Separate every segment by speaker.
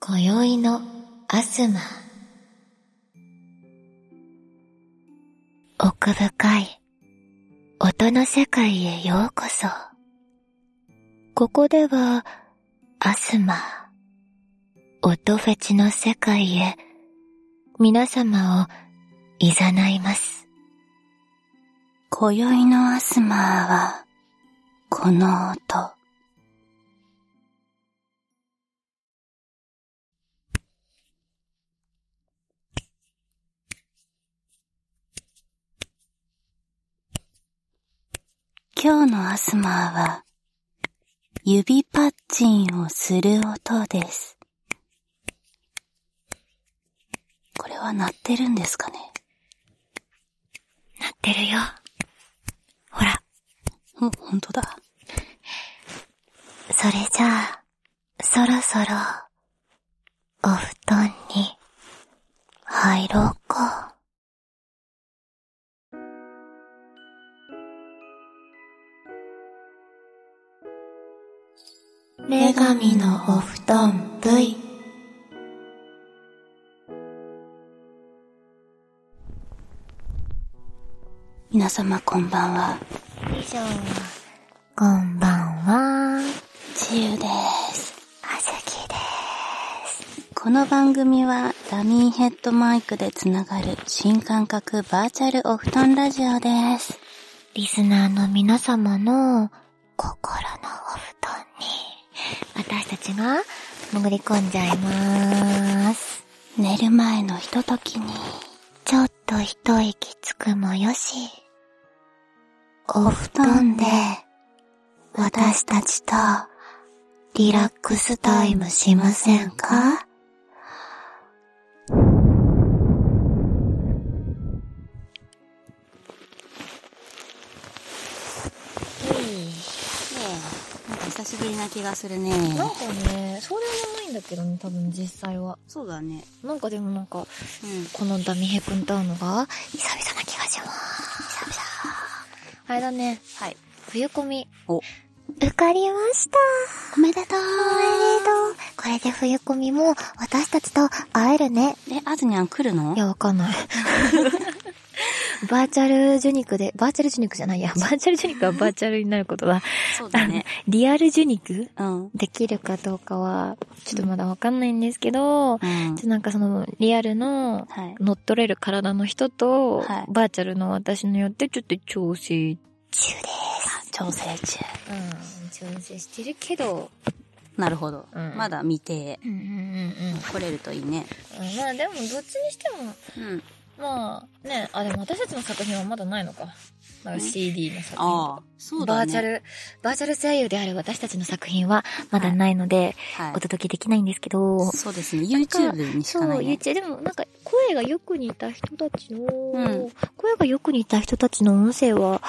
Speaker 1: 今宵のアスマ奥深い音の世界へようこそここではアスマ音フェチの世界へ皆様をいざないます今宵のアスマはこの音今日のアスマーは、指パッチンをする音です。これは鳴ってるんですかね鳴ってるよ。ほら。ほ、ほんとだ。それじゃあ、そろそろ、お布団に、入ろうか。女神のお布団 V
Speaker 2: 皆様こんばんは。
Speaker 1: 以上はこんばんは
Speaker 2: 自由です。
Speaker 1: あずきで
Speaker 2: この番組はダミーヘッドマイクでつながる新感覚バーチャルお布団ラジオです。
Speaker 1: すリスナーの皆様の心のお布団に私たちが潜り込んじゃいます
Speaker 2: 寝る前のひとときに、
Speaker 1: ちょっと一息つくもよしお布
Speaker 2: 団で
Speaker 1: 私たちとリラックスタイムしませんか
Speaker 2: なんか久しぶりな気がするね。
Speaker 3: なんかね、そうでもないんだけどね、多分実際は。
Speaker 2: そうだね。
Speaker 3: なんかでもなんか、
Speaker 2: うん。
Speaker 3: このダミヘ君と会うのが、久々な気がします。あれだね、
Speaker 2: はい。
Speaker 3: 冬コミ。
Speaker 2: お
Speaker 1: 受かりました
Speaker 2: おめでとう
Speaker 1: おめでとうこれで冬コミも私たちと会えるね。
Speaker 2: え、あずにゃん来るの
Speaker 3: いや、わかんない。バーチャルジュニクで、バーチャルジュニクじゃない や、バーチャルジュニクはバーチャルになることだ。
Speaker 2: そうだね。
Speaker 3: リアルジュニク
Speaker 2: うん。うん。
Speaker 3: できるかどうかは、ちょっとまだわかんないんですけど、ちょっとなんかその、リアルの
Speaker 2: はい。
Speaker 3: 乗っ取れる体の人と、
Speaker 2: はい
Speaker 3: バーチャルの私によってちょっと調整、うん、
Speaker 1: 中で
Speaker 2: 調整中。
Speaker 3: 調整してるけど、
Speaker 2: なるほど。
Speaker 3: うん
Speaker 2: まだ未定。
Speaker 3: うんうんうんうん。
Speaker 2: 来れるといいね。
Speaker 3: まあでもどっちにしても、
Speaker 2: うん。
Speaker 3: まあね、あ、でも私たちの作品はまだないのか。なん
Speaker 2: ん
Speaker 3: か CD の作品。
Speaker 2: ああ、そうだね。
Speaker 3: バーチャル、バーチャル声優である私たちの作品はまだないので、
Speaker 2: はい
Speaker 3: お。届けできないんですけど、
Speaker 2: そうですね。
Speaker 3: んか
Speaker 2: YouTube にし
Speaker 3: そう
Speaker 2: かない、、
Speaker 3: ゆう
Speaker 2: ね。
Speaker 3: ちでもなんか声がよく似た人たちの、
Speaker 2: ん
Speaker 3: 声がよく似た人たちの音声は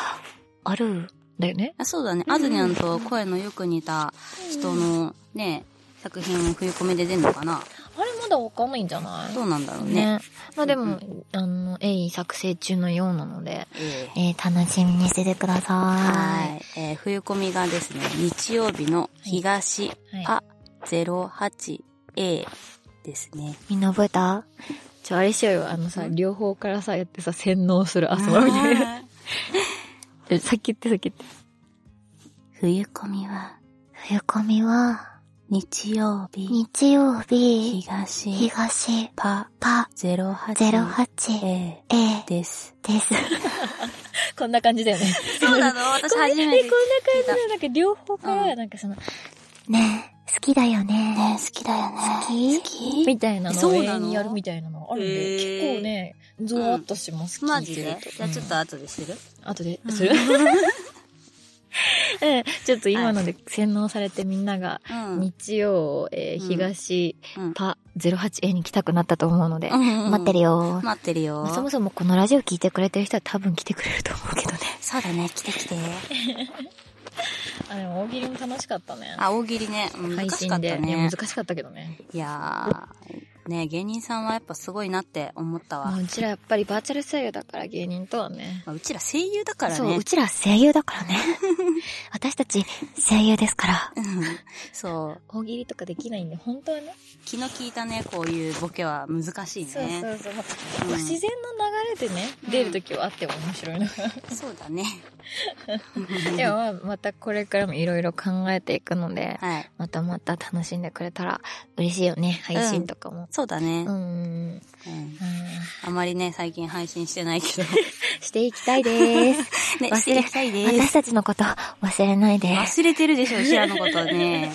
Speaker 3: あるんだよね。
Speaker 2: あそうだね。
Speaker 3: ん
Speaker 2: あずにゃんと声のよく似た人のね、作品を冬コミで出んのかな
Speaker 3: あれまだわかんないんじゃない
Speaker 2: どうなんだろうね。
Speaker 3: ね。まあでも、
Speaker 2: うんう
Speaker 3: あの、鋭意作成中のようなので、
Speaker 2: ええ
Speaker 1: えー、楽しみにしててください。
Speaker 2: はい。えー冬コミがですね、日曜日の東
Speaker 3: はい。
Speaker 2: あ 08A ですね。
Speaker 1: みんな覚えた
Speaker 3: ちょ、あれしようよ。あのさ、
Speaker 2: うん
Speaker 3: 両方からさ、やってさ、洗脳する遊びみたいな。えさっき言って、さっき言って。
Speaker 2: 冬コミは
Speaker 1: 冬コミは、
Speaker 2: 日曜日
Speaker 1: 日曜日、
Speaker 2: 東
Speaker 1: 東、
Speaker 2: パ
Speaker 1: パ、
Speaker 2: 08A
Speaker 1: 08A
Speaker 2: です。
Speaker 1: です。
Speaker 3: こんな感じだよね。
Speaker 2: そうなの私初めて
Speaker 3: こんな感じで、なんか両方から、なんかその、
Speaker 1: ねえ、好きだよね。
Speaker 2: 好きだよね。
Speaker 1: 好き
Speaker 2: き
Speaker 3: みたいなの
Speaker 2: そ
Speaker 3: を
Speaker 2: う
Speaker 3: 永
Speaker 2: なの
Speaker 3: 遠にやるみたいなのがあるん
Speaker 2: へ
Speaker 3: で、
Speaker 2: ー
Speaker 3: 結構ね、ゾワッとします、
Speaker 2: マ
Speaker 3: 聞い
Speaker 2: ジ
Speaker 3: てる
Speaker 2: でじゃあちょっと後でする、
Speaker 3: うん後で
Speaker 2: うん、
Speaker 3: する うんちょっと今ので洗脳されてみんなが、
Speaker 2: うん
Speaker 3: 日曜、えー
Speaker 2: うん
Speaker 3: 東
Speaker 2: うん
Speaker 3: パ 08A に来たくなったと思うので、
Speaker 1: 待ってる
Speaker 2: よ。
Speaker 1: よ。
Speaker 2: 待ってるよ。
Speaker 3: まあそもそもこのラジオ聞いてくれてる人は多分来てくれると思うけどね。
Speaker 2: そうだね、来て来て。
Speaker 3: あ、でも大喜利も楽しかったね。
Speaker 2: あ、大喜利ね。難
Speaker 3: 配
Speaker 2: し
Speaker 3: 信
Speaker 2: かった
Speaker 3: で。いや
Speaker 2: ね。
Speaker 3: 難しかったけどね。
Speaker 2: いやー、ね、芸人さんはやっぱすごいなって思ったわ。
Speaker 3: うちらやっぱりバーチャル声優だから芸人とはね。
Speaker 2: まあうちら声優だから
Speaker 1: そう、
Speaker 2: ね
Speaker 1: う。ちら声優だ からね。私たち声優ですから。
Speaker 2: うんそう。
Speaker 3: 大喜利とかできないんで、本当はね。
Speaker 2: 気の利いたね、こういうボケは難しいね。
Speaker 3: そうそうそう。まあ
Speaker 2: うん
Speaker 3: 自然の流れでね、
Speaker 2: うん
Speaker 3: 出るときはあっても面白いのが。
Speaker 2: そうだ ね。
Speaker 3: でもまあまたこれからもいろいろ考えていくので、
Speaker 2: はい。
Speaker 3: またまた楽しんでくれたら嬉しいよね、配信とかも。
Speaker 2: そうだね。
Speaker 3: うん。ん
Speaker 2: うん
Speaker 3: あ
Speaker 2: あまりね、最近配信してないけど。
Speaker 3: ーしていきたいです。
Speaker 2: ね、
Speaker 1: 忘れ
Speaker 2: していきたいです。
Speaker 1: 私たちのこと忘れないで。
Speaker 2: 忘れてるでしょ、うちらのことね。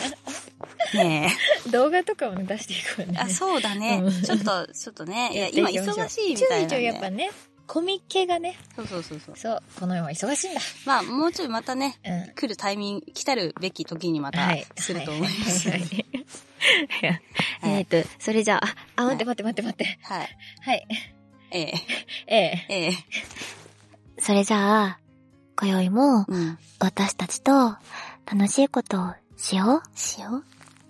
Speaker 2: ね
Speaker 3: 動画とかもね、出していこう
Speaker 2: え。
Speaker 3: ね。
Speaker 2: あ、そうだね
Speaker 3: うん。
Speaker 2: ちょっと、ちょっとね。いや、
Speaker 3: ってい
Speaker 2: 今
Speaker 3: きまょう
Speaker 2: 忙しいみたいなん
Speaker 3: ちょいちょ
Speaker 2: で
Speaker 3: いやっぱね、コミケがね、
Speaker 2: そうそうそうそう。
Speaker 3: そう、この世は忙しいんだ。
Speaker 2: まあ、もうちょいまたね、
Speaker 3: うん。
Speaker 2: 来るタイミング、来たるべき時にまた
Speaker 3: はい、
Speaker 2: すると思います。
Speaker 3: は
Speaker 2: はいい。
Speaker 3: はいはいえっと、それじゃあ、あ、待って待って待って待って。はい。
Speaker 2: ええ、
Speaker 3: ええ。
Speaker 2: ええ。
Speaker 1: それじゃあ、今宵も
Speaker 2: うん。
Speaker 1: 私たちと楽しいことをしよう。
Speaker 2: しよう。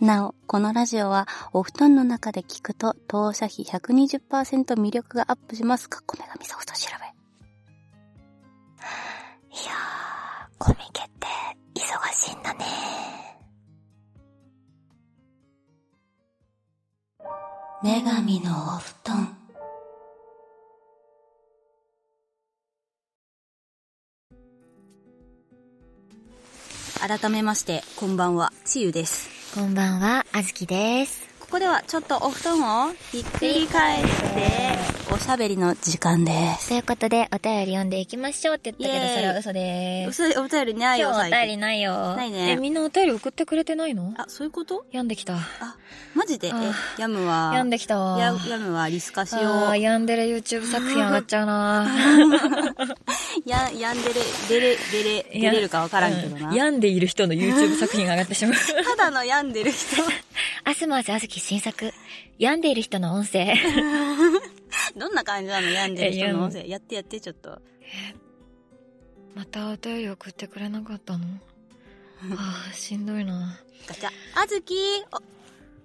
Speaker 2: なお、このラジオは、お布団の中で聞くと、当社費120%魅力がアップします。かっこ女神ソフト調べ。
Speaker 1: いやー、コミケって忙しいんだね。
Speaker 2: 女神のお布団。改めまして、こんばんは、ちゆです。
Speaker 1: こんばんは、あずきです。
Speaker 2: ここではちょっとお布団をひっくり返して、おしゃべりの時間です。
Speaker 1: ということで、お便り読んでいきましょうって言
Speaker 2: ったけどそれは
Speaker 1: 嘘で。
Speaker 2: 嘘お便りないよ、
Speaker 3: 今日お
Speaker 2: 最
Speaker 3: 便
Speaker 2: 近。
Speaker 3: りないよ。
Speaker 2: ないね
Speaker 3: え、みんなお便り送ってくれてないの
Speaker 2: あ、そういうこと
Speaker 3: 病んできた。
Speaker 2: あ、マジで、え
Speaker 3: あ
Speaker 2: ヤムは、
Speaker 3: 病んできたわ。
Speaker 2: やヤムはリスカシを、
Speaker 3: あー病んでる YouTube 作品上がっちゃうな
Speaker 2: や、やんでれ、でれ、でれ、出れるかわからんけどな。
Speaker 3: う病んでいる人の YouTube 作品が上がってしまう。
Speaker 2: ただの病んでる人。
Speaker 1: アスマーズあずき新作。病んでいる人の音声。
Speaker 2: どんな感じなの病んでる人の音声。やってやって、ちょっと。
Speaker 3: またお便り送ってくれなかったのあー、しんどいな
Speaker 2: ガチャ。あずき、お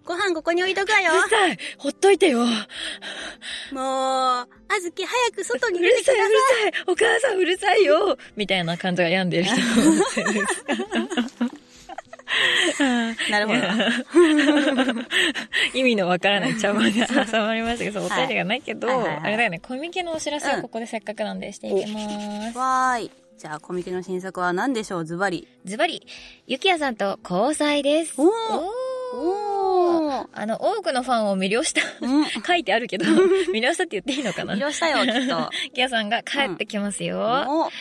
Speaker 2: ご飯ここに置いとく わよ。
Speaker 3: うるさいほっといてようる
Speaker 2: もう、あずき、早く外に出てき
Speaker 3: さ
Speaker 2: なさ
Speaker 3: いうるさいお母さんうるさいよみたいな感じが病んでる人
Speaker 2: い。なるほど。
Speaker 3: 意味のわからない茶番で挟まりましたけど、そうお便りがないけど、
Speaker 2: はいはいはいはい
Speaker 3: あれだよね、コミケのお知らせをここでせっかくなんでしていきます。
Speaker 2: わーい。じゃあ、コミケの新作は何でしょうズバリ。
Speaker 3: ズバリ、ゆきやさんと交際です。
Speaker 2: おー
Speaker 3: おー
Speaker 2: お
Speaker 3: あの、多くのファンを魅了 した。
Speaker 2: うん。
Speaker 3: 書いてあるけど、魅了したって言っていいのかな
Speaker 2: 魅了したよ、きっ と。
Speaker 3: ゆきやさんが帰ってきますよ。ま
Speaker 2: お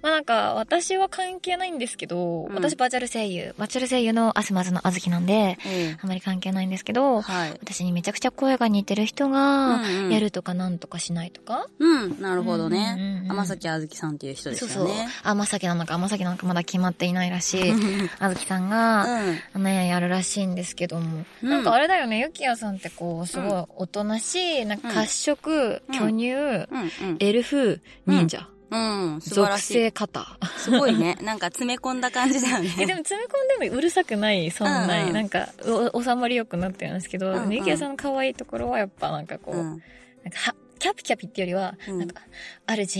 Speaker 3: あなんか、私は関係ないんですけど、
Speaker 2: うん
Speaker 3: 私バーチャル声優、バーチャル声優のアスマズのあずきなんで、
Speaker 2: え
Speaker 3: あまり関係ないんですけど
Speaker 2: え。、はい。
Speaker 3: 私にめちゃくちゃ声が似てる人が、
Speaker 2: うんうん
Speaker 3: やるとかなんとかしないとか、
Speaker 2: うん、なるほど
Speaker 3: うんうんうん
Speaker 2: ね
Speaker 3: う。ん
Speaker 2: 天崎あずきさんっていう人です
Speaker 3: そう
Speaker 2: よね。
Speaker 3: そう。甘崎なのか甘崎なのかまだ決まっていないらしい。あずきさんが、
Speaker 2: うん。
Speaker 3: あのやるらしいんですけども。
Speaker 2: うん
Speaker 3: なんかあれだよね、ゆきやさんってこう、すごいおとなしい、なんか褐色、
Speaker 2: うん
Speaker 3: 巨乳、
Speaker 2: うん
Speaker 3: エルフ、忍者、
Speaker 2: うん。うん、素晴ら
Speaker 3: 属
Speaker 2: しい。
Speaker 3: 性 方。
Speaker 2: すごいね。なんか詰め込んだ感じだよ
Speaker 3: えでも
Speaker 2: ね。
Speaker 3: 詰め込んでもうるさくない、そんな
Speaker 2: うん
Speaker 3: い、
Speaker 2: うん
Speaker 3: なんかお、収まりよくなってるんですけど、
Speaker 2: うんうん
Speaker 3: ゆきやさんの可愛いところはやっぱなんかこう、
Speaker 2: う
Speaker 3: なん
Speaker 2: ん。
Speaker 3: かは、キャピキャピっていうよりは、
Speaker 2: うん
Speaker 3: なんか、主、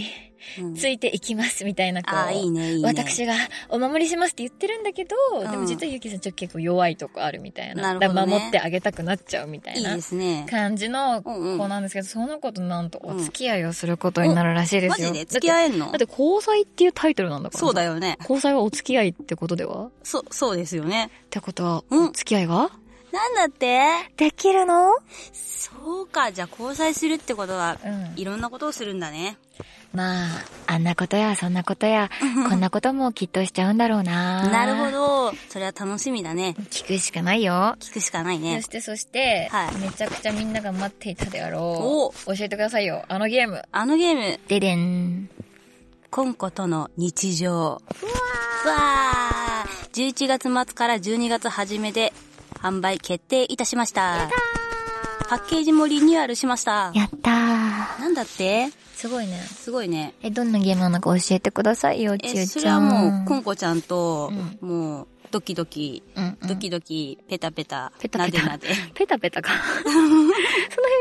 Speaker 2: うん
Speaker 3: ついていきますみたいな、こう、
Speaker 2: ああ、いいね、いいね。
Speaker 3: 私がお守りしますって言ってるんだけど、
Speaker 2: ん
Speaker 3: でも実はゆきさんちょっと結構弱いとこあるみたいな。
Speaker 2: なるほどね
Speaker 3: だから守ってあげたくなっちゃうみた
Speaker 2: い
Speaker 3: い
Speaker 2: い
Speaker 3: な
Speaker 2: ですね。
Speaker 3: 感じの
Speaker 2: う
Speaker 3: 子
Speaker 2: んうん
Speaker 3: なんですけど、その子となんとお付き合いをすることになるらしいで
Speaker 2: マ
Speaker 3: すよ。
Speaker 2: ジで付き合えん
Speaker 3: だ
Speaker 2: の
Speaker 3: ってだって交際っていうタイトルなんだからさ
Speaker 2: そうだ。よね。
Speaker 3: 交際はお付き合いってことでは
Speaker 2: そ、そうですよね。
Speaker 3: ってことは、
Speaker 2: うん
Speaker 3: お付き合いが
Speaker 2: なんだって
Speaker 1: できるの
Speaker 2: そうか、じゃあ交際するってことは、
Speaker 3: うん。
Speaker 2: いろんなことをするんだね。
Speaker 1: まあ、あんなことやそんなことや、こんなこともきっとしちゃうんだろうな。
Speaker 2: なるほ。ど。それは楽しみだね。
Speaker 1: 聞くしかないよ。
Speaker 2: 聞くしかない
Speaker 3: そ
Speaker 2: ね
Speaker 3: し。てそして、
Speaker 2: はい
Speaker 3: めちゃくちゃみんなが待っていたであろう。教えてくださいよ、あのゲーム。
Speaker 2: あのゲーム、
Speaker 1: ででん。
Speaker 2: コンコとの日常。うわー !11 月末から12月初めで販売決定いたしました。パッケージもリニューアルしました。
Speaker 1: やったー。
Speaker 2: なんだって
Speaker 3: すごいね。
Speaker 2: すごいね。
Speaker 1: え、どんなゲームなのか教えてくださいよ、ち
Speaker 2: え、
Speaker 1: ゆ
Speaker 2: そ
Speaker 1: ち
Speaker 2: れ
Speaker 1: ゃ
Speaker 2: は
Speaker 1: ん。
Speaker 2: もう、コンコちゃんと、もう、ドキドキ、
Speaker 3: うんうん
Speaker 2: ドキドキ、ペタペタ、
Speaker 3: ペタペタ
Speaker 2: なでなで。
Speaker 3: ペタペ タか。その辺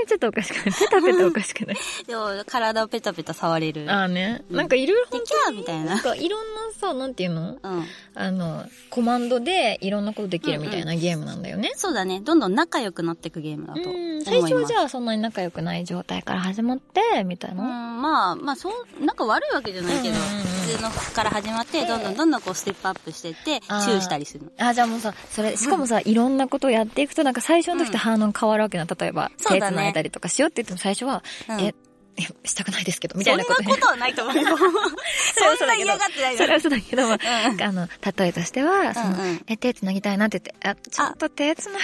Speaker 3: ちょっとおかしくない。ペタペタおかしく ない。
Speaker 2: でも、体をペタペタ触れる。で、
Speaker 3: ああね。なんかいろいろ
Speaker 2: キ
Speaker 3: 本
Speaker 2: ャーみたい
Speaker 3: 当なん
Speaker 2: な。
Speaker 3: かいろんなさ、なんていうの
Speaker 2: うん。
Speaker 3: あの、コマンドでいろんなことできるみたいなゲームなんだよね。
Speaker 2: そうだね。どんどん仲良くなっていくゲームだと思い
Speaker 3: うん。
Speaker 2: ます。
Speaker 3: 最初はじゃあそんなに仲良くない状態から始まって、みたい
Speaker 2: うん、
Speaker 3: な。
Speaker 2: まあ、まあ、そう、なんか悪いわけじゃないけど、
Speaker 3: うんうんうん
Speaker 2: 普通の服から始まって、どんどんどんどんこうステップアップしていって、チ
Speaker 3: あー
Speaker 2: ューしたりするの。
Speaker 3: あ、じゃあもうさ、それ、しかもさ、いろんなことをやっていくと、なんか最初の時と反応変わるわけな。例えば、
Speaker 2: そう
Speaker 3: 手
Speaker 2: だね
Speaker 3: 繋いだりとかしようって言っても最初は、
Speaker 2: うん
Speaker 3: え、いやしたくないですけど、み
Speaker 2: そ
Speaker 3: た
Speaker 2: ん
Speaker 3: い
Speaker 2: な
Speaker 3: な
Speaker 2: こ
Speaker 3: ことね。
Speaker 2: とはないと思うよ。 そんな嫌がってない
Speaker 3: それ
Speaker 2: よ。
Speaker 3: はそうだけど、
Speaker 2: うん
Speaker 3: あの、例えとしては、その、
Speaker 2: うんうん
Speaker 3: え、手繋ぎたいなって言って、あ、ちょっと手繋ぐ、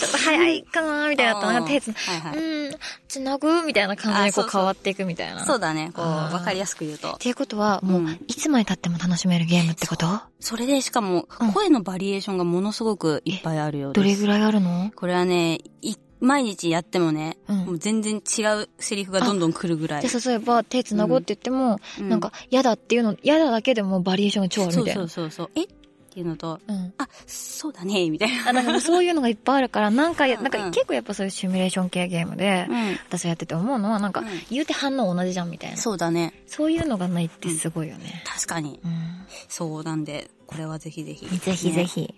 Speaker 3: ちょっと早いかなみたいなのと
Speaker 2: あー
Speaker 3: なんか手繋
Speaker 2: はいはい
Speaker 3: うん、繋ぐみたいな感じにこ
Speaker 2: あそう
Speaker 3: う
Speaker 2: そう
Speaker 3: 変わっていくみたいな。
Speaker 2: そう
Speaker 3: っ
Speaker 2: だね。こう、
Speaker 3: あー
Speaker 2: わかりやすく言うと。
Speaker 3: ていうことは、もう、
Speaker 2: うん
Speaker 3: いつまで経っても楽しめるゲームってこと
Speaker 2: それで、しかも
Speaker 3: う、ん
Speaker 2: 声のバリエーションがものすごくいっぱいあるようです。
Speaker 3: どれぐらいあるの
Speaker 2: これはね、い毎日やってもね、
Speaker 3: うん
Speaker 2: もう全然違うセリフがどんどん来るぐらい。
Speaker 3: じゃあ例えば、手繋ごうって言っても、
Speaker 2: うん
Speaker 3: なんか、嫌だっていうの、嫌だだけでもバリエーションが超ある
Speaker 2: そ
Speaker 3: み
Speaker 2: う
Speaker 3: たい
Speaker 2: そ
Speaker 3: な。
Speaker 2: うそうそう。えっていうのと、
Speaker 3: うん。
Speaker 2: あ、そうだね、みたいな。
Speaker 3: あ、なんかもうそういうのがいっぱいあるから、 なんか、なん
Speaker 2: うんう
Speaker 3: か
Speaker 2: ん
Speaker 3: 結構やっぱそういうシミュレーション系ゲームで、
Speaker 2: う
Speaker 3: 私がやってて思うのは、なんか
Speaker 2: うん、
Speaker 3: 言うて反応同じじゃんみたいな。
Speaker 2: ん。そうだね。
Speaker 3: そういうのがないってすごいよね。
Speaker 2: 確かに。
Speaker 3: うん。
Speaker 2: そうなんで、これはぜひぜひ。
Speaker 3: ぜひぜ。ひ。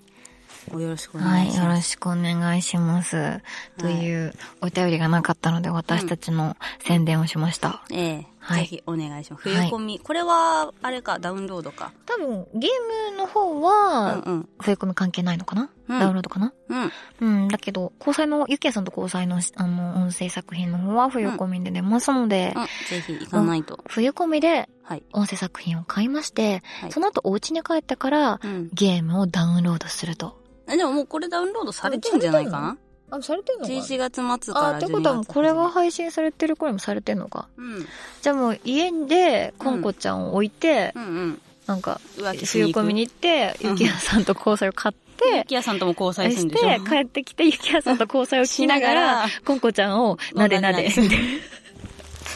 Speaker 2: よろしくお
Speaker 3: は
Speaker 2: 願い
Speaker 3: い、
Speaker 2: し
Speaker 3: よ
Speaker 2: ま
Speaker 3: ろ
Speaker 2: す。
Speaker 3: しくお願いします。というお便りがなかったので、私たちの宣伝をしました。
Speaker 2: ええ、
Speaker 3: はい
Speaker 2: ぜひお願いします。
Speaker 3: はい
Speaker 2: 冬込み。これは、あれか、ダウンロードか。
Speaker 3: 多分、ゲームの方
Speaker 2: うん
Speaker 3: は、
Speaker 2: うん。
Speaker 3: 冬込み関係ないのかな、
Speaker 2: うん
Speaker 3: ダウンロードかな
Speaker 2: うん。
Speaker 3: うん、だけど、交際の、ゆきやさんと交際の、あの、音声作品の方は冬込みで出ますので、
Speaker 2: うんぜひ行かないと。
Speaker 3: 冬込みで
Speaker 2: はい。
Speaker 3: 音声作品を買いまして、
Speaker 2: はい
Speaker 3: その後お家に帰ってから、
Speaker 2: うん。
Speaker 3: ゲームをダウンロードすると。
Speaker 2: えでももうこれダウンロードされてんじゃないかな
Speaker 3: あ、されてん
Speaker 2: ?11 月末か
Speaker 3: あ、
Speaker 2: ら12月。
Speaker 3: ってことはもうこれが。配信されてる頃にもされてんのか。
Speaker 2: うん。
Speaker 3: じゃあもう家でコンコちゃんを置いて、
Speaker 2: うんうん。
Speaker 3: なんか、
Speaker 2: 浮気し
Speaker 3: 冬
Speaker 2: に行
Speaker 3: 込
Speaker 2: く
Speaker 3: みに行って、
Speaker 2: うん
Speaker 3: ゆきやさんと交際を買って、
Speaker 2: キアさんとも交際す
Speaker 3: し
Speaker 2: るんでしょ
Speaker 3: て、帰ってきて、ゆきやさんと交際をしながら
Speaker 2: しな、
Speaker 3: コンコちゃんをなでなで。
Speaker 2: な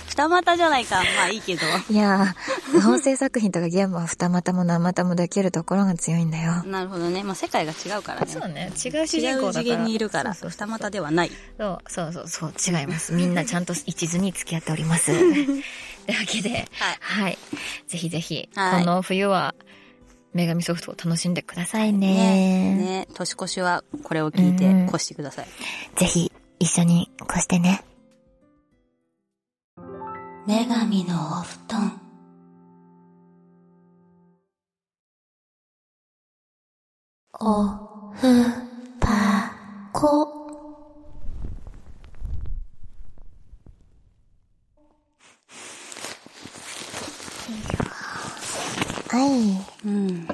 Speaker 2: 二股じゃないか。まあいいけど。
Speaker 3: いやー、音声作品とかゲームは二股も生股もできるところが強いんだよ。
Speaker 2: なるほどね。まあ世界が違うからね。
Speaker 3: そうね。違う主
Speaker 2: 違
Speaker 3: 人公だから。
Speaker 2: う次元にいるから、
Speaker 3: そうそうそ
Speaker 2: 二
Speaker 3: う
Speaker 2: 股ではない。
Speaker 3: そうそうそうそう、違います。みんなちゃんと一途に付き合っており ます。というわけで、はい。ぜひぜひ、
Speaker 2: はい
Speaker 3: この冬は、女神ソフトを楽しんでください
Speaker 2: ね
Speaker 3: ね。
Speaker 2: ね年越しはこれを聞いて
Speaker 3: うん
Speaker 2: 越してください。
Speaker 1: ぜひ一緒に越してね。女神のお布団。おふぱこ。はい。
Speaker 2: うん。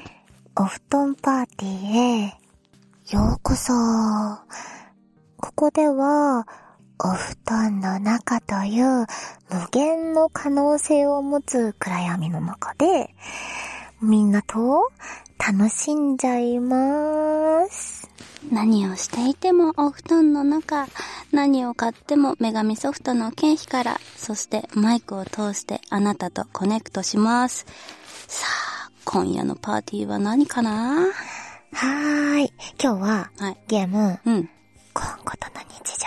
Speaker 1: お布団パーティーへようこそ。ここでは、お布団の中という無限の可能性を持つ暗闇の中で、みんなと楽しんじゃいます。
Speaker 4: 何をしていてもお布団の中、何を買っても女神ソフトの経費から、そしてマイクを通してあなたとコネクトします。さあ、今夜のパーティーは何か
Speaker 1: は
Speaker 4: な
Speaker 1: ーい。今日は
Speaker 4: はい。
Speaker 1: ゲーム、
Speaker 4: うん。
Speaker 1: コンコとの日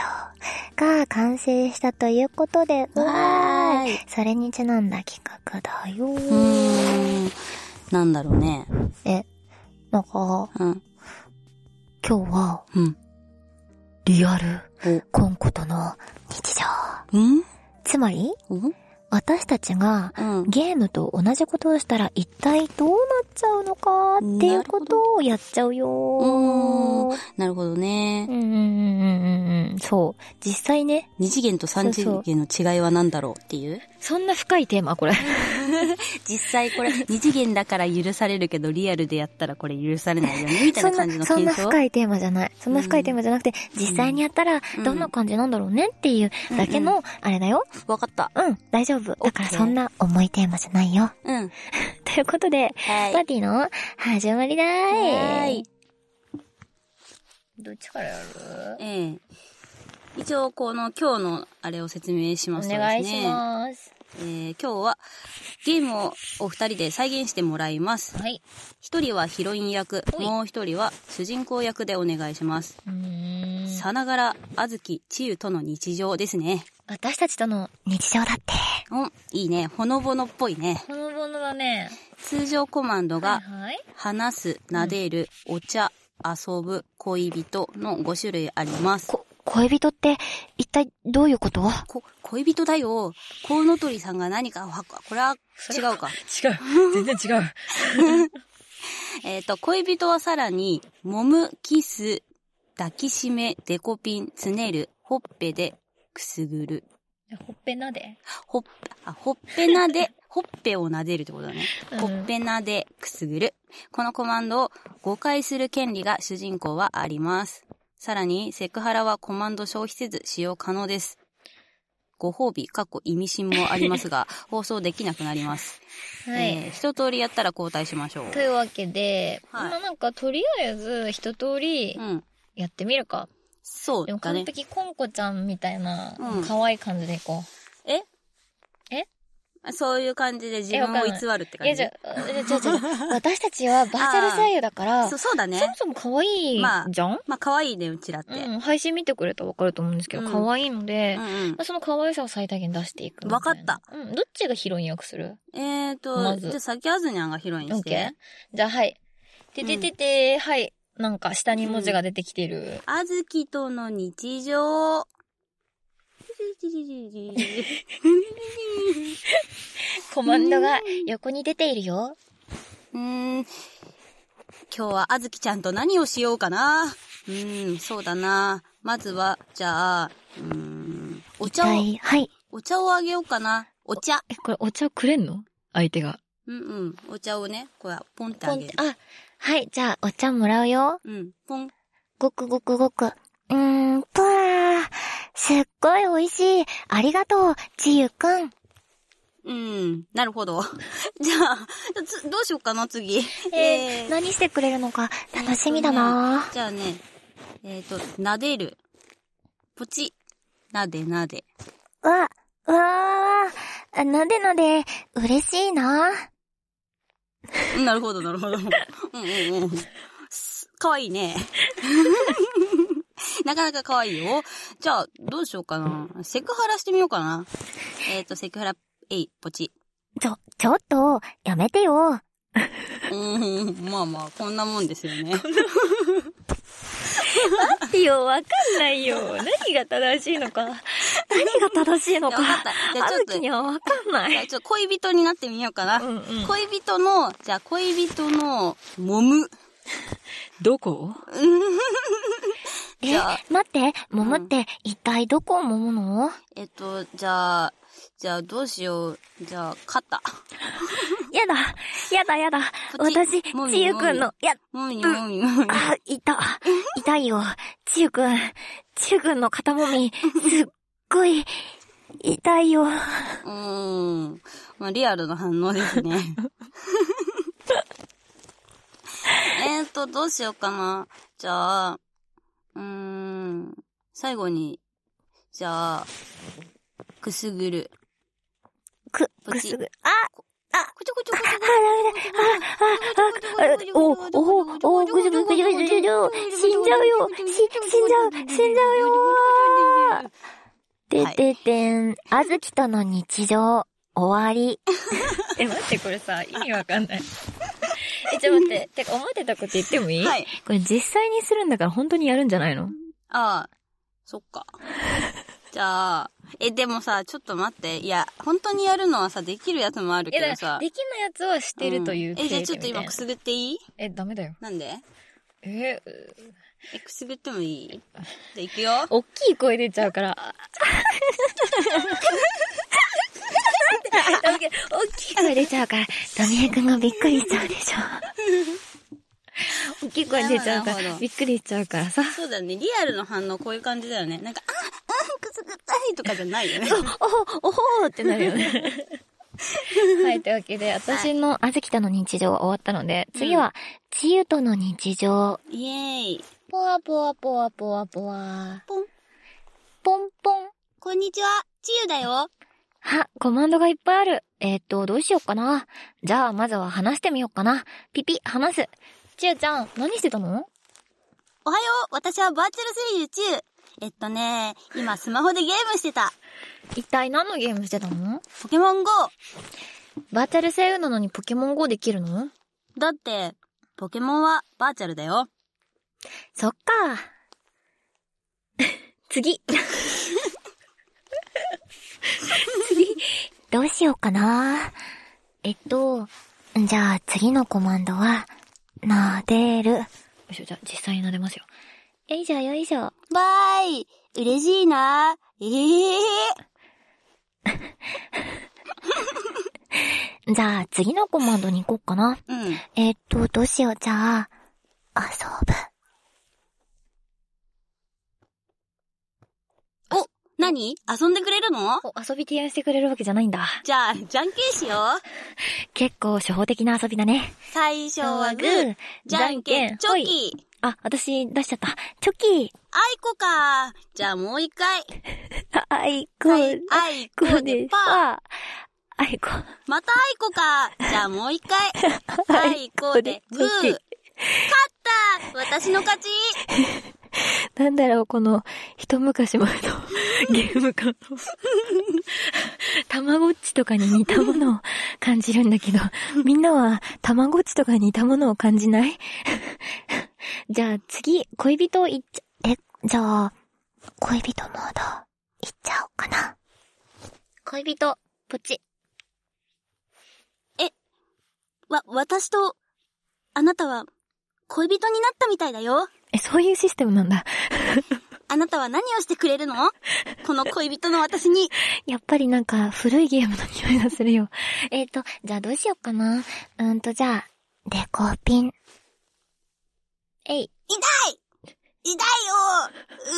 Speaker 1: 常が完成したということで、
Speaker 4: わーい。
Speaker 1: それにちなんだ企画だよ
Speaker 4: うーん。なんだろうね。
Speaker 1: え、なんか、
Speaker 4: うん。
Speaker 1: 今日は、
Speaker 4: うん。
Speaker 1: リアル
Speaker 4: お、
Speaker 1: コンコとの日常。
Speaker 4: うん
Speaker 1: つまり、
Speaker 4: お
Speaker 1: 私たちが
Speaker 4: うん。
Speaker 1: ゲームと同じことをしたら一体どうなっちゃうのかっていうことをやっちゃうよ
Speaker 4: う
Speaker 1: ー。
Speaker 4: なるほど
Speaker 1: う
Speaker 4: ね。
Speaker 1: んうんうんうんうん。そう。実際ね、
Speaker 4: 二次元と三次元の違いは何だろうっていう
Speaker 3: そんな深いテーマ、これ。
Speaker 2: 実際 これ、二次元だから許されるけど、リアルでやったらこれ許されないよね、みたい
Speaker 1: そ
Speaker 2: なん感じ
Speaker 1: な、
Speaker 2: の
Speaker 1: そんな
Speaker 2: 検証
Speaker 1: 深いテーマじゃない。そんな深いテーマじゃなくて、実際にやったら
Speaker 2: うん
Speaker 1: どんな感じなんだろうねっていうだけの、あれだよ。
Speaker 2: わかった。
Speaker 1: うん、大丈夫。だから
Speaker 2: オッケー
Speaker 1: そんな重いテーマじゃないよ。
Speaker 4: うん。
Speaker 1: ということで、
Speaker 4: はい
Speaker 1: パー。ティーの始まりだ
Speaker 4: はーい。
Speaker 3: どっちからやる
Speaker 2: ええ。一応、この今日のあれを説明しますとですね。
Speaker 3: お願いします。
Speaker 2: えー今日はゲームをお二人で再現してもらいます。
Speaker 3: はい。
Speaker 2: 一人はヒロイン役、
Speaker 3: ほい
Speaker 2: もう一人は主人公役でお願いします。
Speaker 3: うーん
Speaker 2: さながら、あずき、ちゆとの日常ですね。
Speaker 3: 私たちとの
Speaker 1: 日常だって。
Speaker 2: お、いいね。ほのぼのっぽいね。
Speaker 3: ほのぼのだね。
Speaker 2: 通常コマンド
Speaker 3: は
Speaker 2: が、
Speaker 3: いはい。
Speaker 2: 話す、撫でる、お茶、遊ぶ、恋人の5種類あります。
Speaker 1: こ、恋人って、一体どういうこと
Speaker 2: こ、恋人だよ。コウノトリさんが何か、わこれは違うか。
Speaker 3: 違う。全然違う。
Speaker 2: えっ、と、恋人はさらに、揉む、キス、抱きしめ、デコピン、つねる、ほっぺで、くすぐる。
Speaker 3: ほっぺなで。
Speaker 2: ほっぺ、あ、ほっぺなで、ほっぺを撫でるってことだね。
Speaker 3: うん
Speaker 2: ほっぺなで、くすぐる。このコマンドを5回する権利が主人公はあります。さらに、セクハラはコマンド消費せず使用可能です。ご褒美、かっこ意味深もありますが、放送できなくなります。
Speaker 3: はい。
Speaker 2: えー一通りやったら交代しましょう。
Speaker 3: というわけで、
Speaker 2: はい
Speaker 3: まあなんかとりあえず一通り
Speaker 2: うん。
Speaker 3: やってみるか。
Speaker 2: そう
Speaker 3: でも
Speaker 2: だ
Speaker 3: 完
Speaker 2: ね。
Speaker 3: 璧コンコちゃんみたいな
Speaker 2: うん
Speaker 3: 可愛い感じでいこ
Speaker 2: え
Speaker 3: え
Speaker 2: そういう感じで自
Speaker 3: えわ
Speaker 2: 分
Speaker 3: か
Speaker 2: を
Speaker 3: んない
Speaker 2: 偽るって
Speaker 3: う。いや
Speaker 2: 感
Speaker 3: じ
Speaker 2: じ
Speaker 3: ゃ。あ、じゃあじゃあじゃあ私たちはバーチャル採用だから、そ
Speaker 2: そ
Speaker 3: う
Speaker 2: そうだね
Speaker 3: も。そも可愛いじゃん、
Speaker 2: まあ、可愛いね、うちらって。
Speaker 3: うん、配信見てくれたらわかると思うんですけど、
Speaker 2: うん
Speaker 3: 可愛いので、
Speaker 2: う
Speaker 3: ま
Speaker 2: んうん
Speaker 3: あ、その可愛さを最大限出していくみいな
Speaker 2: わかった。
Speaker 3: うん、どっちがヒロイン役する
Speaker 2: えーと、
Speaker 3: ま
Speaker 2: じ
Speaker 3: ず
Speaker 2: ゃあ先あずにゃんがヒロイン
Speaker 3: オ
Speaker 2: し
Speaker 3: ッケ
Speaker 2: て
Speaker 3: ー。じゃあ、はい。てててて、はい。なんか、下に文字が出てきてる。
Speaker 2: あずきとの日常。
Speaker 3: コマンドが横に出ているよ。
Speaker 2: うーん。今日はあずきちゃんと何をしようかな。うーん、そうだな。まずは、じゃあ、うーん、お茶を、
Speaker 1: はい、はい。
Speaker 2: お茶をあげようかな。お茶。
Speaker 3: え、これお茶くれんの相手が。
Speaker 2: うんうん。お茶をね、こうや、ポンって
Speaker 1: ポ
Speaker 2: あ
Speaker 1: ンっ
Speaker 2: げ
Speaker 1: て
Speaker 2: る。
Speaker 1: あ、はい、じゃあ、お茶もらうよ。
Speaker 2: うん、ポン。
Speaker 1: ごくごくごく。うーん、ぷわー。すっごい美味しい。ありがとう、ちゆくん。
Speaker 2: うん、なるほど。 じゃあ、つどうしようかな、次。
Speaker 1: えー、
Speaker 2: ー
Speaker 1: 何してくれるのか楽しみだな
Speaker 2: じゃあね、えっ、と、撫でる。ポチ。撫で撫で。
Speaker 1: ー。わ、わー。なでなで、嬉しいな
Speaker 2: うんなるほど、なるほど。うんうんうん。すかわいいね。 なかなかかわいいよ。じゃあ、どうしようかな。セクハラしてみようかな。えっ、と、セクハラ、えい、ポチ。
Speaker 1: ちょ、ちょっと、やめてよ。
Speaker 2: うん、まあまあ、 こんなもんですよね。
Speaker 3: 待ってよ、わかんないよ。何が正しいのか。何が正しいの
Speaker 2: わ
Speaker 3: か。
Speaker 2: かった。じゃあ、
Speaker 3: あ
Speaker 2: ちょっ
Speaker 3: ず
Speaker 2: と、
Speaker 3: きに
Speaker 2: じ
Speaker 3: はわかんな
Speaker 2: ゃあ
Speaker 3: い。
Speaker 2: ちょっと恋人になってみようかな。
Speaker 3: うんうん
Speaker 2: 恋人の、じゃあ、恋人の、揉む。
Speaker 3: どこ
Speaker 1: え
Speaker 2: じゃあ、
Speaker 1: 待って、揉むって、一体どこを揉むの
Speaker 2: えっと、じゃあ、じゃあどうしよう。じゃあ、肩。
Speaker 1: やだ、やだやだ。
Speaker 2: こっち
Speaker 1: 私、ち
Speaker 2: もみ
Speaker 1: ゆくんの、や、
Speaker 2: もみにもみにもみに。
Speaker 1: あ、痛、痛いよ。ちゆくん、ちゆくんの肩もみ、すっごい、痛いよ。
Speaker 2: うーん。まあ、リアルの反応ですね。 えっと、どうしようかな。じゃあ、うーん。最後に、じゃあ、くすぐる。
Speaker 1: く、
Speaker 2: こっ
Speaker 1: く
Speaker 2: ち
Speaker 1: すぐ、あ、
Speaker 2: こちょこちょこちょこ
Speaker 1: あ、ダメだ。あ、あ、あ、お、お、お、ぐじゅぐじゅぐじゅぐじゅぐじゅ。死んじゃうよ。し、死んじゃう。死んじゃうよ。てててん。あずきとの日常、終わり。
Speaker 3: え、待って、これさ、意味わかんない。 え、ちょ、待って。てか、思ってたこと言ってもいい
Speaker 2: はい。
Speaker 3: これ実際にするんだから本当にやるんじゃないの
Speaker 2: ああ、そっか。じゃあ、え、でもさ、ちょっと待って。いや、本当にやるのはさ、できるやつもある
Speaker 3: え、
Speaker 2: け
Speaker 3: だ
Speaker 2: ど
Speaker 3: から
Speaker 2: さ。
Speaker 3: できないやつはしてるというん
Speaker 2: え、じゃあちょっ
Speaker 3: 体でみ
Speaker 2: と
Speaker 3: た
Speaker 2: 今
Speaker 3: いな
Speaker 2: くすぐっていい
Speaker 3: え、ダメだよ。
Speaker 2: なんで
Speaker 3: えー、
Speaker 2: え、くすぐってもいいじゃあ行くよ。
Speaker 3: 大きい声出ちゃうから。あ 大きい
Speaker 1: 声出ちゃうから、ドミエ君がびっくりしちゃうで しょ。
Speaker 3: 大きい声出ちゃうか
Speaker 2: なるほ
Speaker 3: ら、
Speaker 2: ど
Speaker 3: びっくりしちゃうからさ。
Speaker 2: そうだね。リアルの反応こういう感じだよね。なんか、あ、あ、くすぐったいとかじゃないよね。
Speaker 3: おほーってなるよね。 はい、というわけで、私のあずきとの日常は終わったので、次は、
Speaker 1: ちゆとの日常。
Speaker 2: イエーイ。
Speaker 3: ぽわぽわぽわぽわぽわ、
Speaker 2: ポン。
Speaker 3: ぽんぽん。
Speaker 2: こんにちは。ちゆだよ。
Speaker 3: あ、コマンドがいっぱいある。えーっと、どうしようかな。じゃあ、まずは話してみようかな。ピピ、話す。ちゅうちゃん、何してたの
Speaker 2: おはよう私はバーチャル声優チュウえっとね、今スマホでゲームしてた。
Speaker 3: 一体何のゲームしてたの
Speaker 2: ポケモン GO!
Speaker 3: バーチャル声優なのにポケモン GO できるの
Speaker 2: だって、ポケモンはバーチャルだよ。
Speaker 3: そっ か。次。次。
Speaker 1: どうしようかな。
Speaker 3: えっと、よ
Speaker 1: じゃあ次のコマンドは、なでる。
Speaker 3: いしょ、じゃあ実際になれますよ。よいしょ、よいしょ。
Speaker 2: バーイ嬉しいなええ
Speaker 1: じゃあ次のコマンドに行こうかな。
Speaker 2: うん。
Speaker 1: えっと、どうしよう。じゃあ、遊ぶ。
Speaker 2: 何遊んでくれるの
Speaker 3: お、遊び提案してくれるわけじゃないんだ。
Speaker 2: じゃあ、じゃんけんしよう。
Speaker 3: 結構初歩的な遊びだね。
Speaker 2: 最初はグー、じゃんけん、チョ。キ。
Speaker 3: あ、私出しちゃった。
Speaker 1: チョキ
Speaker 2: あいこか。じゃあもう一回。
Speaker 1: あ、あいこ、
Speaker 2: はい、あいこでパー。
Speaker 1: あ、あいこ。
Speaker 2: またあいこか。じゃあもう一 回。あいこでグー。勝った私の勝ち
Speaker 1: なんだろう、この、一昔 前の。
Speaker 3: ゲーム感を。たまごっちとかに似たものを感じるんだけど、みんなはたまごっちとかに似たものを感じない じゃあ次、恋人いっちゃ、
Speaker 1: え、じゃあ、恋人モード、いっちゃおうかな。
Speaker 3: 恋人、ポチ。
Speaker 2: わ、私と、あなたは、恋人になったみたいだよ。
Speaker 3: え、そういうシステムなんだ。
Speaker 2: あなたは何をしてくれるのこの恋人の私に。
Speaker 3: やっぱりなんか古いゲームの匂いがするよ。
Speaker 1: えっ、と、じゃあどうしようかな。うーんと、じゃあ、デコピン。
Speaker 3: えい。
Speaker 2: 痛いよ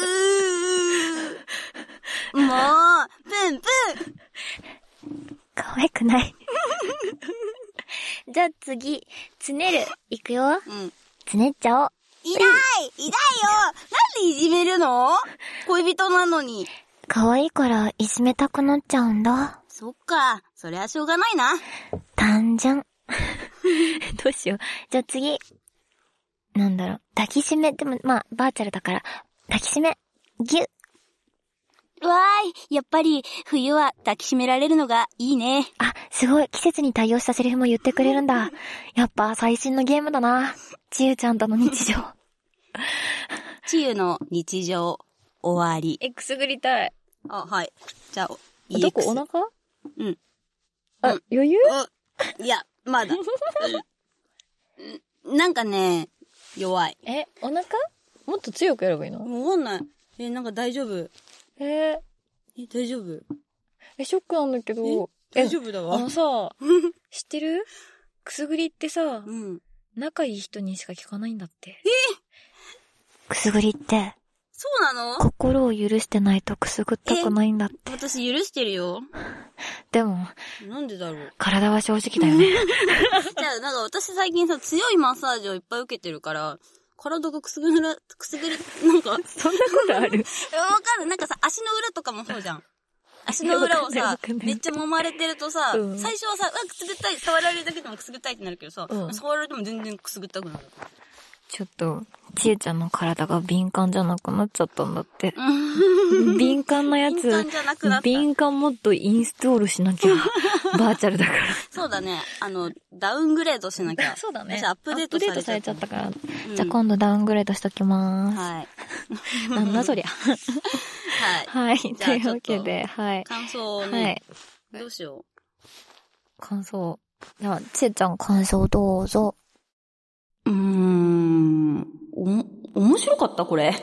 Speaker 2: うーもう、プンプン
Speaker 1: 可愛くない。
Speaker 3: じゃあ次、つねる。いくよ。
Speaker 2: うん。
Speaker 1: つねっちゃおう。
Speaker 2: 痛い痛いよなんでいじめるの恋人なのに。
Speaker 1: 可愛いからいじめたくなっちゃうんだ。
Speaker 2: そっか、そりゃしょうがないな。
Speaker 1: 単純。
Speaker 3: どうしよう。じゃあ次。なんだろう。抱きしめ。でも、まあ、バーチャルだから。抱きしめ。ぎゅ。
Speaker 2: わーい、やっぱり、冬は抱きしめられるのがいいね。
Speaker 3: あ、すごい。季節に対応したセリフも言ってくれるんだ。やっぱ最新のゲームだな。ちゆちゃんとの日常。
Speaker 2: チユの日常、終わり。
Speaker 3: え、くすぐりたい。
Speaker 2: あ、はい。じゃあ、EX
Speaker 3: どこお腹
Speaker 2: うん。
Speaker 3: あ、
Speaker 2: うん
Speaker 3: 余裕
Speaker 2: うんいや、まだ。うんなんかね、弱い。
Speaker 3: え、お腹もっと強くやればいいの
Speaker 2: わかんない。え、なんか大丈夫。
Speaker 3: えー、
Speaker 2: え、大丈夫。
Speaker 3: え、ショックなんだけど。え
Speaker 2: 大、丈夫だ
Speaker 3: あ
Speaker 2: わ
Speaker 3: の。 さ、知ってるくすぐりってさ、
Speaker 2: うん。
Speaker 3: 仲いい人にしか聞かないんだって。
Speaker 1: くすぐりって、
Speaker 2: そうなの
Speaker 1: 心を許してないとくすぐったくないんだって。
Speaker 2: 私許してるよ。
Speaker 1: でも、
Speaker 2: なんでだろう。
Speaker 1: 体は正直だよね。
Speaker 2: じゃあ、なんか私最近さ、強いマッサージをいっぱい受けてるから、体がくすぐら、くすぐる、なんか、
Speaker 3: そんなことある
Speaker 2: えわかるなんかさ、足の裏とかもそう じゃん。足の裏を
Speaker 3: いやわ
Speaker 2: さ
Speaker 3: かんないわかんな、い
Speaker 2: めっちゃ揉まれてるとさ、
Speaker 3: うん
Speaker 2: 最初はさ、うわ、くすぐったい、触られるだけでもくすぐったいってなるけどさ、
Speaker 3: うん
Speaker 2: 触られても全然くすぐったくなる。
Speaker 3: ちょっと、ちえちゃんの体が敏感じゃなくなっちゃったんだ って。
Speaker 2: うん
Speaker 3: 敏感なや
Speaker 2: 敏
Speaker 3: つ
Speaker 2: 感、じゃなくなった。
Speaker 3: 敏感もっとインストールしなき ゃ。バーチャルだから。
Speaker 2: そうだね。あの、ダウングレードしなき ゃ。
Speaker 3: そうだね。
Speaker 2: 私アップデートされちゃった
Speaker 3: ゃったから。
Speaker 2: うん
Speaker 3: じゃあ今度ダウングレードしときま
Speaker 2: はい。
Speaker 3: す。なんだそりゃ。
Speaker 2: はい。
Speaker 3: はい。
Speaker 2: じ
Speaker 3: と
Speaker 2: ゃあ
Speaker 3: いうわけで、はい。
Speaker 2: 感想を
Speaker 3: は
Speaker 2: ね、
Speaker 3: い。
Speaker 2: どうしよ
Speaker 3: 感想。じゃあ、ちえちゃん感想どうぞ。
Speaker 2: う。うーん、おも、面白かったこ れ。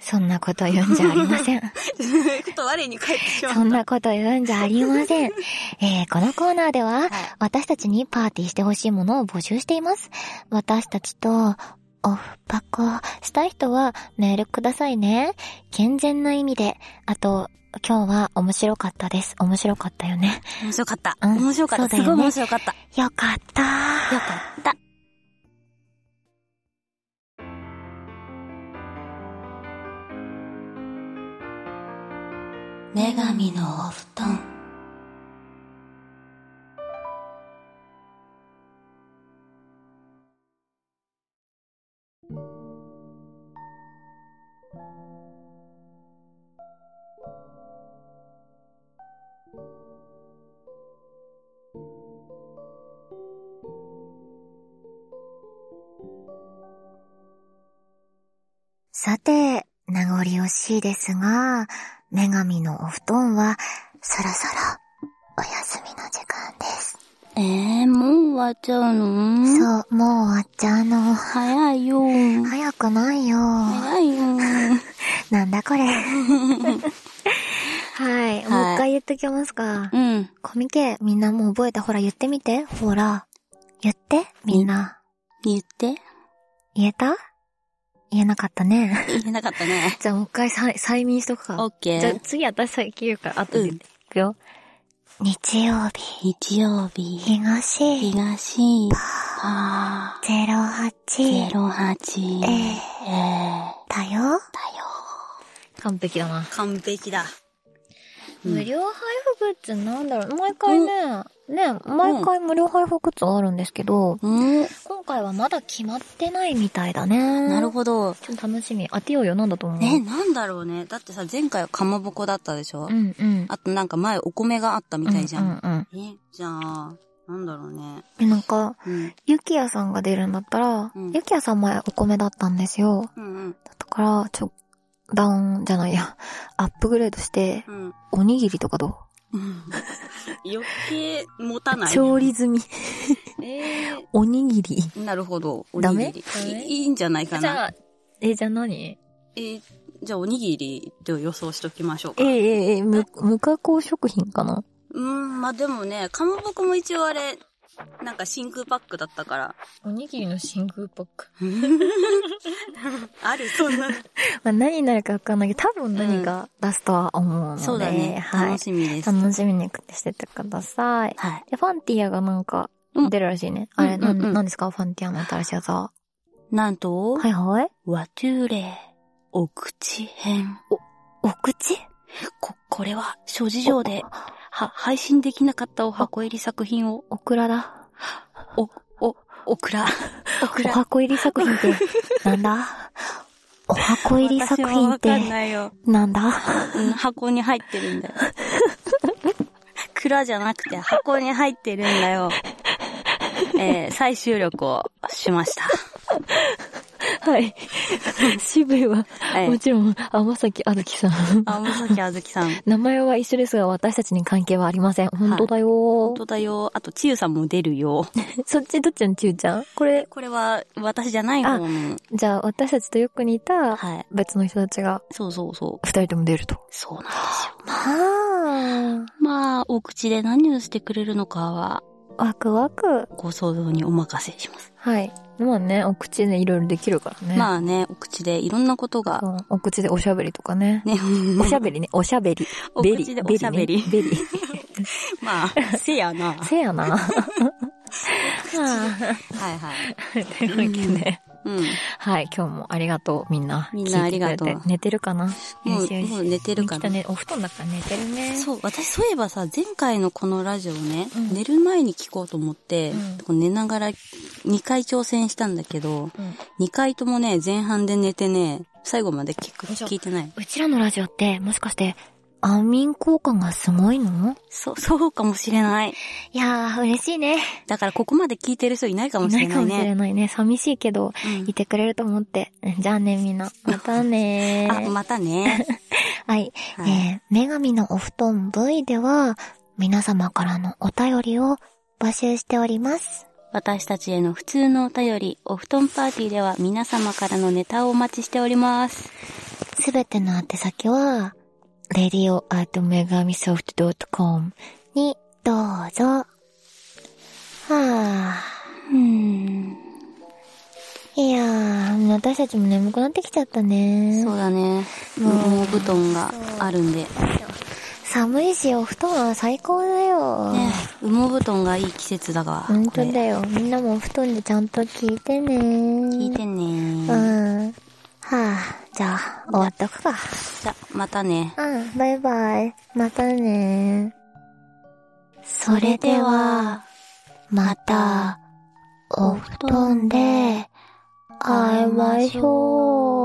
Speaker 3: そんなこと言うんじゃありませ ん。
Speaker 2: ちょっと我に返ってしま
Speaker 3: そんなこと言うんじゃありません。えーこのコーナーでは、私たちにパーティーしてほしいものを募集しています。私たちと、オフパコしたい人はメールくださいね。健全な意味で。あと、今日は面白かったです。面白かったよね。
Speaker 2: 面白かった。
Speaker 3: うん
Speaker 2: 面白かっ
Speaker 3: そう
Speaker 2: た。
Speaker 3: だ
Speaker 2: す
Speaker 3: よね
Speaker 2: ごい面白かった。
Speaker 1: よかったー。
Speaker 2: よかった。
Speaker 4: 女神のお布団
Speaker 3: さて、名残惜しいですが、女神のお布団は、そろそろ、お休みの時間です。
Speaker 4: えー、もう終わっちゃうの
Speaker 3: そう、もう終わっちゃうの。
Speaker 4: 早いよ。早
Speaker 3: 早くないよ。
Speaker 4: いよ。
Speaker 3: なんだこ れ。はい、もう一回言っときますか。
Speaker 4: うん。
Speaker 3: コミケ、みんなもう覚えた。ほら、言ってみて。ほら。言って、みんな。
Speaker 4: 言って。
Speaker 3: 言えた言えなかったね。
Speaker 2: 言えなかったね。
Speaker 3: じゃあもう一回さい催眠しとくか。
Speaker 2: オッケ
Speaker 3: じゃあ
Speaker 2: ー。
Speaker 3: 次私先言うから、後で
Speaker 2: う
Speaker 3: 言
Speaker 2: ん
Speaker 3: くよ。日曜日、
Speaker 4: 日曜日。
Speaker 3: 東、
Speaker 4: 東。パー。
Speaker 3: 08、
Speaker 4: 08。
Speaker 3: え
Speaker 4: え
Speaker 3: だよ。だよ。完璧だな。
Speaker 2: 完璧だ。うん
Speaker 3: 無料配布グッズなんだろう毎回ね、ね、毎回無料配布グッズあるんですけど、
Speaker 2: うん。
Speaker 3: 今回はまだ決まってないみたいだね。
Speaker 2: なるほど。
Speaker 3: ちょっと楽しみ。当てようよ、なんだと思う
Speaker 2: ね、なんだろうね。だってさ、前回はかまぼこだったでしょ
Speaker 3: うんうん。
Speaker 2: あとなんか前お米があったみたいじゃん。
Speaker 3: うんうんうん。
Speaker 2: え、じゃあ、なんだろうね。
Speaker 3: で、なんか、
Speaker 2: うん。
Speaker 3: ゆきやさんが出るんだったら、
Speaker 2: うん
Speaker 3: ゆきやさん前お米だったんですよ。
Speaker 2: うんうん。
Speaker 3: だったから、ちょ、ダウンじゃないや、アップグレードして、
Speaker 2: うん。
Speaker 3: おにぎりとかど
Speaker 2: うん余計持た
Speaker 3: う
Speaker 2: ない。
Speaker 3: 調理済み。
Speaker 2: えー
Speaker 3: おにぎり。
Speaker 2: なるほど。お
Speaker 3: ダ
Speaker 2: に
Speaker 3: メ
Speaker 2: ぎり。いいいんじゃないかな。
Speaker 3: あ、え、じゃあ何
Speaker 2: えーじゃあおにぎりと予想しときましょう
Speaker 3: ええ
Speaker 2: か。
Speaker 3: ええ、む、無加工食品かな
Speaker 2: うーん、まあでもね、かまぼこも一応あれ、なんか真空パックだったから。
Speaker 3: おにぎりの真空パック。
Speaker 2: ある、そんな。
Speaker 3: まあ、何になるかわかんないけど、多分何か出すとは思うので、
Speaker 2: そうだ ね。
Speaker 3: はい
Speaker 2: 楽。しみです。
Speaker 3: 楽しみにしててください。
Speaker 2: はい。
Speaker 3: で、ファンティアがなんか、
Speaker 2: うん
Speaker 3: 出るらしいね。
Speaker 2: うん
Speaker 3: あれ、な、
Speaker 2: うんうん
Speaker 3: ん、なんですかファンティアの新しい技。は
Speaker 2: なんと、
Speaker 3: いはい。
Speaker 2: ワトゥーレ、お口編。
Speaker 3: お口
Speaker 2: こ、これは、諸事情で、は、配信できなかったお箱入り作品を、
Speaker 3: オクラだ。
Speaker 2: お、お、オクラ。オ
Speaker 3: お
Speaker 2: クラ。
Speaker 3: 箱入り作品 って、なんだお箱入り作
Speaker 2: 私も
Speaker 3: 品っ
Speaker 2: わかん
Speaker 3: て、
Speaker 2: ないよ。
Speaker 3: なん だ
Speaker 2: うん、箱に入ってるんだよ。 蔵じゃなくて箱に入ってるんだよ。えー、再収録をしました。
Speaker 3: はい。 渋いわ。
Speaker 2: えー、
Speaker 3: ちろん、天崎あずきさん。
Speaker 2: あ、まさきあずきさん。
Speaker 3: 名前は一緒ですが、私たちに関係はありません。本当だよ
Speaker 2: 本当だよ。あと、ちゆさんも出るよ。
Speaker 3: そっちどっちのちゅうちゃんこれ、
Speaker 2: これは、私じゃない方の。
Speaker 3: じゃあ私たちとよく似た
Speaker 2: はい。
Speaker 3: 別の人たちが
Speaker 2: そうそうそう。
Speaker 3: 二人とも出ると。
Speaker 2: そうなんですよ。
Speaker 3: は
Speaker 2: まあ、お口で何をしてくれるのかは、
Speaker 3: あ。ワクワク。
Speaker 2: ご想像にお任せします。
Speaker 3: はい。まあね、お口でいろいろできるからね。
Speaker 2: まあね、お口でいろんなことが
Speaker 3: う、んお口でおしゃべりとかね。
Speaker 2: ね、
Speaker 3: おしゃべりね、おしゃべり。
Speaker 2: お
Speaker 3: ベリ
Speaker 2: 口でおしゃべり。
Speaker 3: ベリね。
Speaker 2: まあ、せやな。
Speaker 3: ベリせや な。は
Speaker 2: はいはい。
Speaker 3: いというわけで。
Speaker 2: うん。
Speaker 3: はい、今日もありがとう、みんな。
Speaker 2: みんなありがとう
Speaker 3: 聞いてくれて寝てるかな
Speaker 2: も
Speaker 3: よ
Speaker 2: う、
Speaker 3: しよし
Speaker 2: もう寝てるか
Speaker 3: 来た
Speaker 2: ら。
Speaker 3: ね、お布団だから寝てるね。
Speaker 2: そう、私そういえばさ、前回のこのラジオね、
Speaker 3: うん
Speaker 2: 寝る前に聞こうと思って、
Speaker 3: うん
Speaker 2: こう寝ながら2回挑戦したんだけど、
Speaker 3: うん
Speaker 2: 2回ともね、前半で寝てね、最後まで聞く、
Speaker 3: 嘘
Speaker 2: 聞いてない。
Speaker 3: うちらのラジオって、もしかして、安眠効果がすごいの
Speaker 2: そう、そうかもしれない。
Speaker 3: いやー、嬉しいね。
Speaker 2: だからここまで聞いてる人いないかも
Speaker 3: い
Speaker 2: し
Speaker 3: な
Speaker 2: れ
Speaker 3: い
Speaker 2: な
Speaker 3: か
Speaker 2: い
Speaker 3: もしれ
Speaker 2: ね。
Speaker 3: ないね。寂しいけど、いてくれると思って。じゃあね、みんな。また
Speaker 2: う
Speaker 3: ね
Speaker 2: んあ、
Speaker 3: ー。
Speaker 2: ま たね。
Speaker 3: はい。
Speaker 2: はい
Speaker 3: えー、女神のお布団 V では、皆様からのお便りを募集しております。
Speaker 2: 私たちへの普通のお便り、お布団パーティーでは皆様からのネタをお待ちしております。
Speaker 3: すべての宛先は、radio.megamisoft.com にどうぞ。はぁ。
Speaker 4: うん。
Speaker 3: いやー、私たちも眠くなってきちゃったね。
Speaker 2: そうだね。
Speaker 3: もう
Speaker 2: 羽毛布団があるんで。ね、
Speaker 3: 寒いし、お布団は最高だよ。
Speaker 2: 羽毛布団がいい季節だが。
Speaker 3: 本当
Speaker 2: こ
Speaker 3: だ
Speaker 2: れ
Speaker 3: よ。みんなもお布団でちゃんと聞いてね。
Speaker 2: 聞いてね
Speaker 3: うん。ははあ、じゃあ、終わっとくか。
Speaker 5: じゃ、またね。
Speaker 3: うん、バイバイ。またね。
Speaker 2: それでは、また、お布団で会いましょう。